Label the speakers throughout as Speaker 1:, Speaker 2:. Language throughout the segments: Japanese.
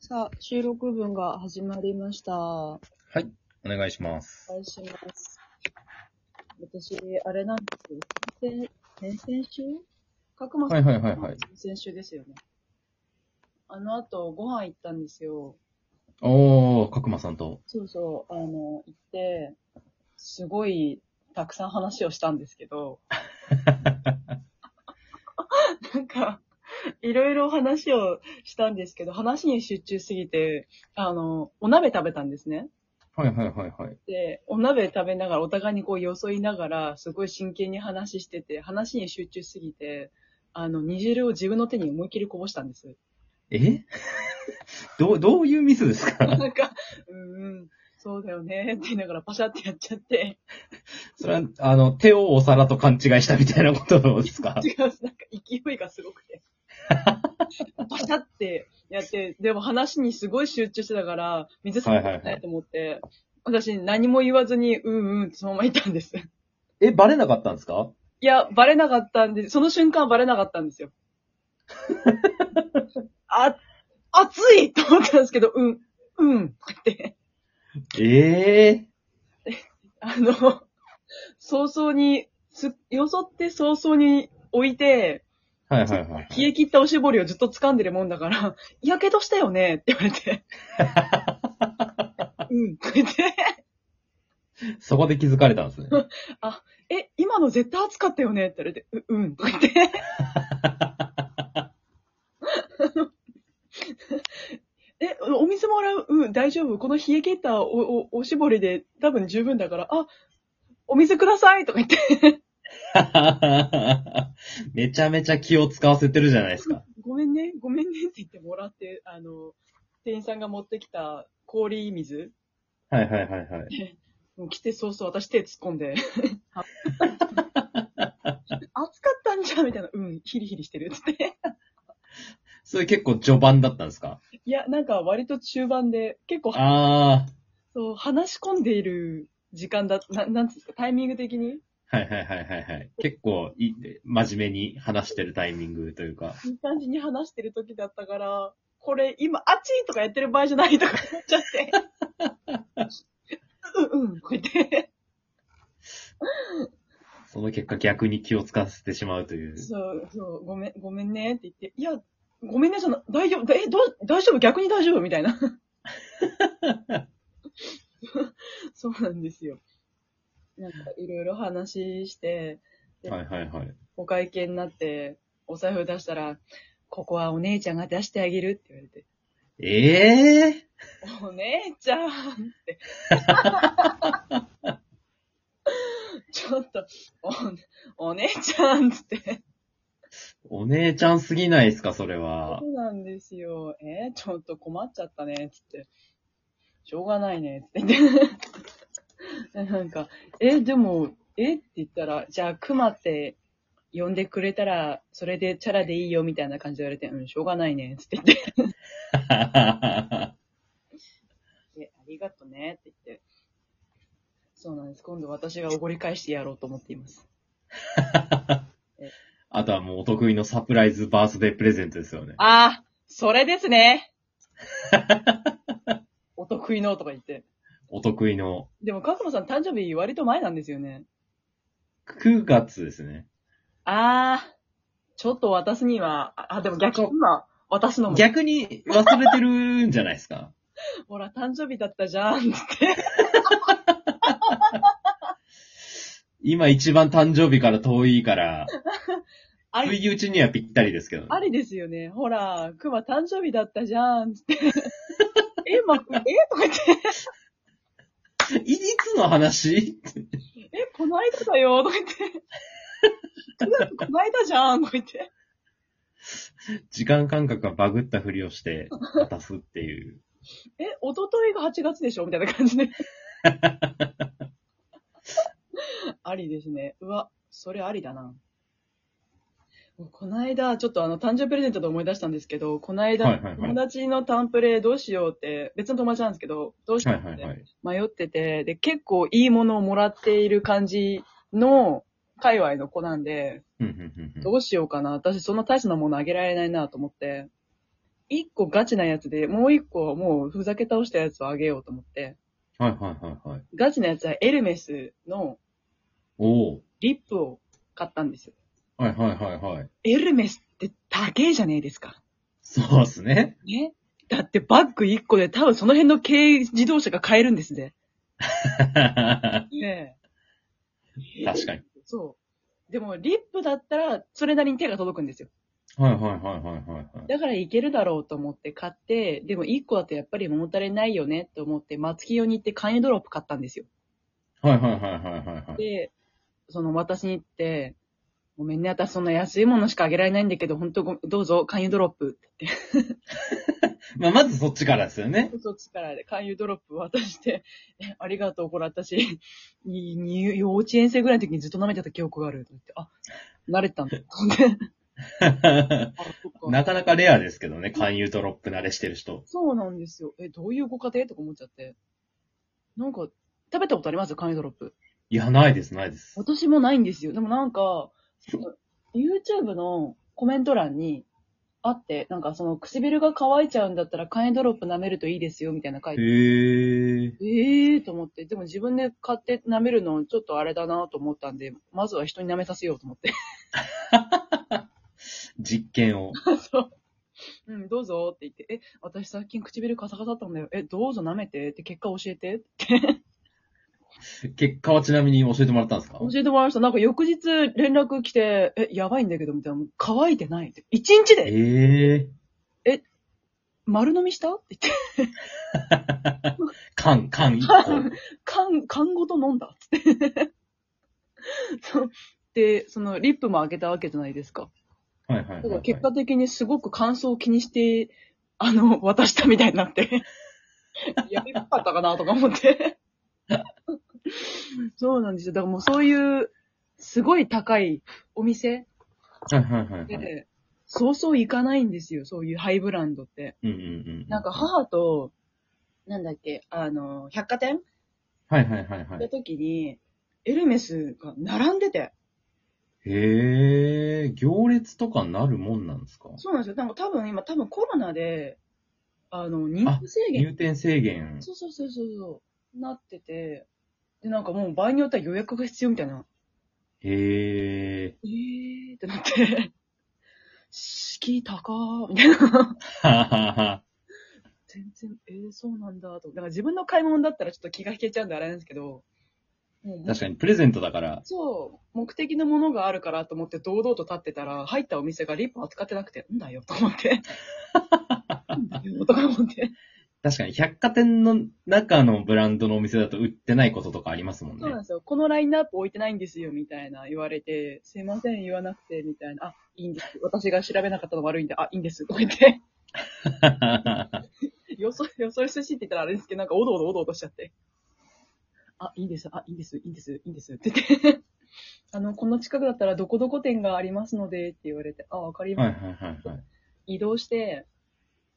Speaker 1: さあ、収録分が始まりました。お
Speaker 2: はい。お願いします。
Speaker 1: 願いします。私、あれなんですよ。先先々週角間さん。
Speaker 2: はいはいはいはい
Speaker 1: 先々週ですよね。あの後、ご飯行ったんですよ。
Speaker 2: おー、角間さんと。
Speaker 1: そうそう、あの、行って、すごい、たくさん話をしたんですけど、なんか、いろいろ話をしたんですけど、話に集中すぎて、あの、お鍋食べたんですね。
Speaker 2: はいはいはいはい。
Speaker 1: で、お鍋食べながら、お互いにこう、よそいながら、すごい真剣に話してて、話に集中しすぎて、あの、煮汁を自分の手に思いっきりこぼしたんです。
Speaker 2: えどう、どういうミスですか
Speaker 1: なんか、うんうん、そうだよね、って言いながらパシャってやっちゃって、
Speaker 2: それは、あの、手をお皿と勘違いしたみたいなことですか
Speaker 1: 違う、なんか勢いがすごく て。パシャってやって、でも話にすごい集中してたから、水さん
Speaker 2: はいはいは
Speaker 1: ないいと思って、私何も言わずに、うんうんってそのままいたんです。
Speaker 2: え、バレなかったんですか
Speaker 1: いや、バレなかったんで、その瞬間バレなかったんですよ。あ、熱いと思ったんですけど、うん、うん、って、
Speaker 2: ええ
Speaker 1: あの、早々に、す、よそって早々に置いて、
Speaker 2: はいはいはい。
Speaker 1: 冷え切ったおしぼりをずっと掴んでるもんだから、やけどしたよねって言われて。うん、って言って、
Speaker 2: そこで気づかれたんですね。
Speaker 1: え、今の絶対熱かったよねって言われて、う、うん、とか言って。え、お水もらううん、大丈夫。この冷え切ったお、お、おしぼりで多分十分だから、あ、お水くださいとか言って、
Speaker 2: めちゃめちゃ気を使わせてるじゃないですか。
Speaker 1: ごめんね、ごめんねって言ってもらって、あの、店員さんが持ってきた氷水
Speaker 2: はいはいはいはい。
Speaker 1: もう来てそうそう、私手突っ込んで。暑かったんじゃんみたいな。うん、ヒリヒリしてるっつって。
Speaker 2: それ結構序盤だったんですか
Speaker 1: いや、なんか割と中盤で、結構、
Speaker 2: あ
Speaker 1: そう、話し込んでいる時間だ、ななんつうんですか、タイミング的に
Speaker 2: ー。はいはいはいはいはい。結構い、真面目に話してるタイミングというか。
Speaker 1: いい感じに話してる時だったから、これ今、あっちーとかやってる場合じゃないとか思っちゃって。うんうん、こうやって。
Speaker 2: その結果逆に気を使わせてしまうという。
Speaker 1: そう、そう、ごめん、ごめんねって言って、いや、ごめんね、その、大丈夫、え、どう、大丈夫、逆に大丈夫みたいな。そうなんですよ。なんか、いろいろ話して、
Speaker 2: はいはいはい。
Speaker 1: お会計になって、お財布出したら、ここはお姉ちゃんが出してあげるって言われて、
Speaker 2: ええ
Speaker 1: お姉ちゃんって。 ちょっと、お、お姉ちゃんっつって。
Speaker 2: お姉ちゃんすぎないですか、それ
Speaker 1: そ
Speaker 2: は。
Speaker 1: うなんですよ。えーちょっと困っちゃったね、つって。しょうがないね、つって。 なんか、え、でも、えって言ったら、じゃあ、熊って呼んでくれたら、それでチャラでいいよ、みたいな感じで言われて、うん、しょうがないね、つって言って。え、ありがとね、って言って。そうなんです。今度私がおごり返してやろうと思っています。
Speaker 2: あとはもうお得意のサプライズバースデープレゼントですよね。
Speaker 1: ああ、それです ね。お得意のとか言って。
Speaker 2: お得意の
Speaker 1: でも、角野さん誕生日割と前なんですよね。
Speaker 2: 9月ですね。
Speaker 1: ああ、ちょっと渡すには、あ、あでも逆に今、渡すのも、
Speaker 2: 逆に忘れてるんじゃないですか。
Speaker 1: ほら、誕生日だったじゃん、つって。
Speaker 2: 今一番誕生日から遠いから、
Speaker 1: あ
Speaker 2: 不
Speaker 1: り、
Speaker 2: 意打ちにはぴったりですけどね、
Speaker 1: ありですよね。ほら、クマ誕生日だったじゃん、つって。 え、ま、えとか言って、
Speaker 2: いいつの話
Speaker 1: え、この間だよ、とか言って。9月この間じゃん、とか言って。
Speaker 2: 時間感覚がバグったふりをして渡すっていう。
Speaker 1: え、一昨日が8月でしょみたいな感じで。ありですね。うわ、それありだな。もうこの間、ちょっとあの、誕生日プレゼントで思い出したんですけど、この間、
Speaker 2: はいはいはい
Speaker 1: 友達のタンプレどうしようって、別の友達なんですけど、どうし
Speaker 2: は
Speaker 1: よ
Speaker 2: いうは
Speaker 1: っ
Speaker 2: い
Speaker 1: て
Speaker 2: はい。
Speaker 1: 迷ってて、で、結構いいものをもらっている感じの、界隈の子なんで、
Speaker 2: うんうんうんうん
Speaker 1: どうしようかな。私そんな大したものあげられないなと思って、一個ガチなやつで、もう一個はもうふざけ倒したやつをあげようと思って、
Speaker 2: はいはいはいはい。
Speaker 1: ガチなやつはエルメスの
Speaker 2: おー。
Speaker 1: リップを買ったんですよ。
Speaker 2: はいはいはいはい。
Speaker 1: エルメスって高えじゃねえですか。
Speaker 2: そうっす ね。
Speaker 1: ね。だってバッグ1個で多分その辺の軽自動車が買えるんですね。
Speaker 2: 確か
Speaker 1: ねえ。
Speaker 2: に。
Speaker 1: そう。でも、リップだったら、それなりに手が届くんですよ。
Speaker 2: はいはいはいはいはいはい。
Speaker 1: だからいけるだろうと思って買って、でも1個だとやっぱり物足りないよねと思って、松木用に行って簡易ドロップ買ったんですよ。
Speaker 2: はいはいはいはいはいはい。
Speaker 1: で、その私に行って、ごめんね、私そんな安いものしかあげられないんだけど、本当ごどうぞ、勧誘ドロップって言っ
Speaker 2: まあ、まずそっちからですよね。
Speaker 1: て、そっちから勧誘ドロップ渡して、 えありがとう、これ私、にに幼稚園生ぐらいの時にずっと舐めてた記憶があると思って、あ、慣れたんだ。あそっか
Speaker 2: なかなかレアですけどね、勧誘ドロップ慣れしてる人。
Speaker 1: そうなんですよ。え、どういうご家庭とか思っちゃって。なんか、食べたことありますカニドロップ。
Speaker 2: いや、ないです、ないです。
Speaker 1: 私もないんですよ。でもなんか、その YouTube のコメント欄にあって、なんかその唇が乾いちゃうんだったらカニドロップ舐めるといいですよ、みたいな書い
Speaker 2: へ
Speaker 1: て。
Speaker 2: ー。
Speaker 1: ええーと思って。でも自分で買って舐めるのちょっとあれだなと思ったんで、まずは人に舐めさせようと思って。
Speaker 2: 実験を。
Speaker 1: そう。うん、 どうぞって言って、え、私最近唇カサカサだったんだよ。え、どうぞ舐めてって結果教えて
Speaker 2: 結果はちなみに教えてもらったんですか
Speaker 1: 教えてもらいました。なんか翌日連絡来て、え、やばいんだけど、みたいな。もう乾いてないって。一日で
Speaker 2: ええ
Speaker 1: 丸飲みしたって言って、
Speaker 2: 缶、缶 一個。
Speaker 1: 缶、缶ごと飲んだって 言って。そう。で、その、リップも開けたわけじゃないですか。
Speaker 2: はいはい
Speaker 1: だ
Speaker 2: はい、
Speaker 1: か
Speaker 2: は
Speaker 1: ら
Speaker 2: い。
Speaker 1: 結果的にすごく感想を気にして、あの、渡したみたいになって。やべっかったかなとか思って。 そうなんですよ。だからもうそういう、すごい高いお店
Speaker 2: はいはいはい、はい。
Speaker 1: で、そうそう行かないんですよ、そういうハイブランドって。
Speaker 2: うんうんうん。
Speaker 1: なんか母と、なんだっけ、あの、百貨店
Speaker 2: はいはいはいは
Speaker 1: 行った
Speaker 2: い。
Speaker 1: 時に、エルメスが並んでて。
Speaker 2: へえ、行列とかなるもんなんですか
Speaker 1: そうなんですよ。なんか多分今、多分コロナで、あの、人数制限。
Speaker 2: 入店制限。
Speaker 1: そうそうそうそうそう。なってて。で、なんかもう場合によっては予約が必要みたいな。
Speaker 2: へえ。
Speaker 1: えーってなって。敷居高ーみたいな。
Speaker 2: ははは。
Speaker 1: 全然、えー、そうなんだと。だから自分の買い物だったらちょっと気が引けちゃうんであれなんですけど、もう
Speaker 2: 確かにプレゼントだから。
Speaker 1: そう、目的のものがあるからと思って堂々と立ってたら、入ったお店がリップ扱ってなくて、んだよと思 って。んだよとか思って。
Speaker 2: 確かに百貨店の中のブランドのお店だと売ってないこととかありますもん
Speaker 1: そう
Speaker 2: ね
Speaker 1: なん。ですよ。このラインナップ置いてないんですよ、みたいな言われて、すいません、言わなくて、みたいな。あ、いいんです。私が調べなかったの悪いんで、あ、いいんです。とか言って。よそ、よそよそしいって言ったらあれですけど、なんかおどおどおどおどしちゃって。あ、いいです、あ、いいです、いいです、いいですって言って。 あの、この近くだったらどこどこ店がありますのでって言われて、あ、わかり
Speaker 2: はい
Speaker 1: ま
Speaker 2: は
Speaker 1: す
Speaker 2: い。はいはい。
Speaker 1: 移動して、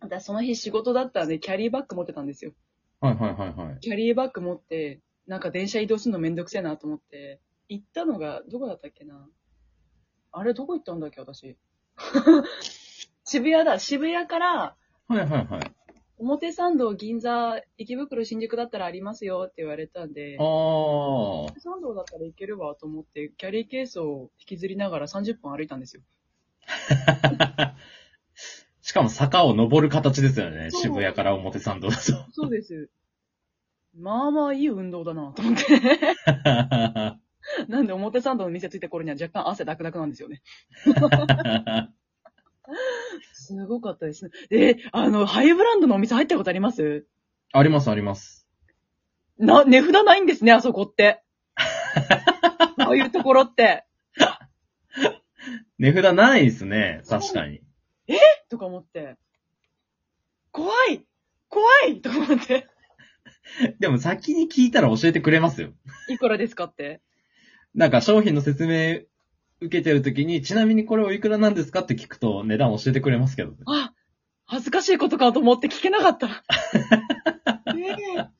Speaker 1: 私その日仕事だったんでキャリーバッグ持ってたんですよ。
Speaker 2: はいはいはいはい。
Speaker 1: キャリーバッグ持って、なんか電車移動するのめんどくせえなと思って、行ったのが、どこだったっけなあれ、どこ行ったんだっけ、私。 渋谷だ、渋谷から、
Speaker 2: はいはいはい。
Speaker 1: 表参道、銀座、池袋、新宿だったらありますよって言われたんで、
Speaker 2: ああ。
Speaker 1: 表参道だったらいけるわと思って、キャリーケースを引きずりながら30分歩いたんですよ。
Speaker 2: しかも坂を登る形ですよね。
Speaker 1: そう
Speaker 2: 渋谷から表参道だと。
Speaker 1: そうです。まあまあいい運動だなと思って。なんで表参道の店ついた頃には若干汗だくだくなんですよね。すごかったですね。え、あの、ハイブランドのお店入ったことあります
Speaker 2: ありますあります。
Speaker 1: な、値札ないんですね、あそこって。ああいうところって。
Speaker 2: 値札ないですね。確かに。
Speaker 1: とか思って。怖い怖いとか思って。
Speaker 2: でも先に聞いたら教えてくれますよ。
Speaker 1: いくらですかって。
Speaker 2: なんか商品の説明受けてるときに、ちなみにこれおいくらなんですかって聞くと値段教えてくれますけどね。
Speaker 1: あ、恥ずかしいことかと思って聞けなかった。ねえ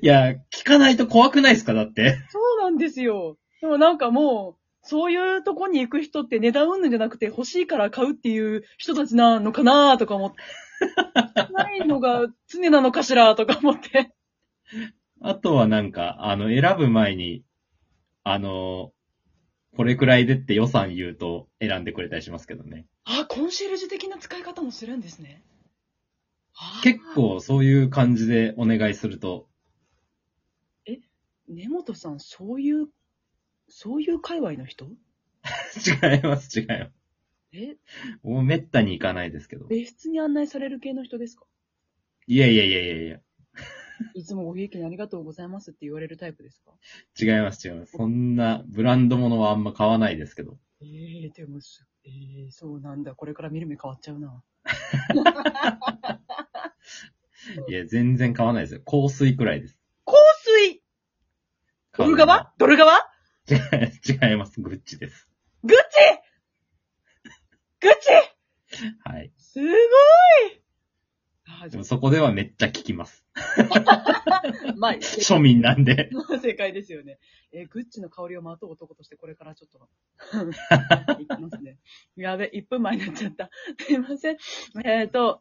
Speaker 2: いや、聞かないと怖くないですかだって。
Speaker 1: そうなんですよ。でもなんかもう、そういうとこ に行く人って値段うんぬんじゃなくて欲しいから買うっていう人たちなのかなとか思って。ないのが常なのかしらとか思って。
Speaker 2: あとはなんか、あの、選ぶ前に、あの、これくらいでって予算言うと選んでくれたりしますけどね。
Speaker 1: あ、コンシェルジュ的な使い方もするんですね。あー
Speaker 2: 結。構そういう感じでお願いすると、
Speaker 1: 根本さん、そういう、そういう界隈の人
Speaker 2: 違います、違います。
Speaker 1: え、
Speaker 2: もうめったに行かないですけど。
Speaker 1: 別室に案内される系の人ですか
Speaker 2: いやいやいやいやいや、
Speaker 1: いつもご贔屓にありがとうございますって言われるタイプですか
Speaker 2: 違います、違います。そんなブランド物はあんま買わないですけど。
Speaker 1: ええでもす、ええそうなんだ。これから見る目変わっちゃうな。
Speaker 2: いや、全然買わないですよ。香水くらいです。
Speaker 1: 香水ドル
Speaker 2: 買うの
Speaker 1: 側ドル側
Speaker 2: 違います、グッチです。
Speaker 1: グッチグッチ
Speaker 2: はい。
Speaker 1: すごいあ
Speaker 2: でもそこではめっちゃ聞きます。
Speaker 1: まあ、 正
Speaker 2: 庶民なんで。
Speaker 1: 正解ですよね。えーグッチの香りをまとう男としてこれからちょっと、いきますね。やべ、1分前になっちゃった。すいません。えっ、と、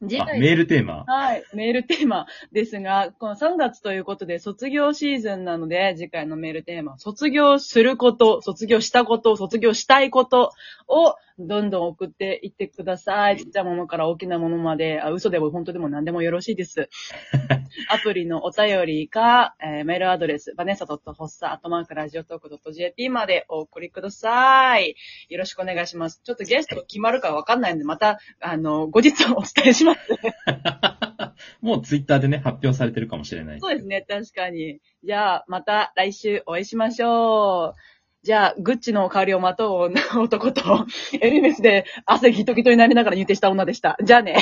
Speaker 1: 次
Speaker 2: あ、
Speaker 1: 回
Speaker 2: メールテーマ。
Speaker 1: はい。メールテーマですが、この3月ということで卒業シーズンなので、次回のメールテーマ、卒業すること、卒業したこと、卒業したいことをどんどん送っていってください。ちっちゃいものから大きなものまで、あ嘘でも本当でも何でもよろしいです。アプリのお便りか、えーメールアドレス、バネッサ h o s s a マークラジオトーク .jp までお送りください。よろしくお願いします。ちょっとゲストが決まるかわかんないんで、また、あの、後日お伝えします。
Speaker 2: もうツイッターでね、発表されてるかもしれない。
Speaker 1: そうですね、確かに。じゃあ、また来週お会いしましょう。じゃあ、グッチの香りをまとう女男と、エルメスで汗ギトギトになりながら入店した女でした。じゃあね。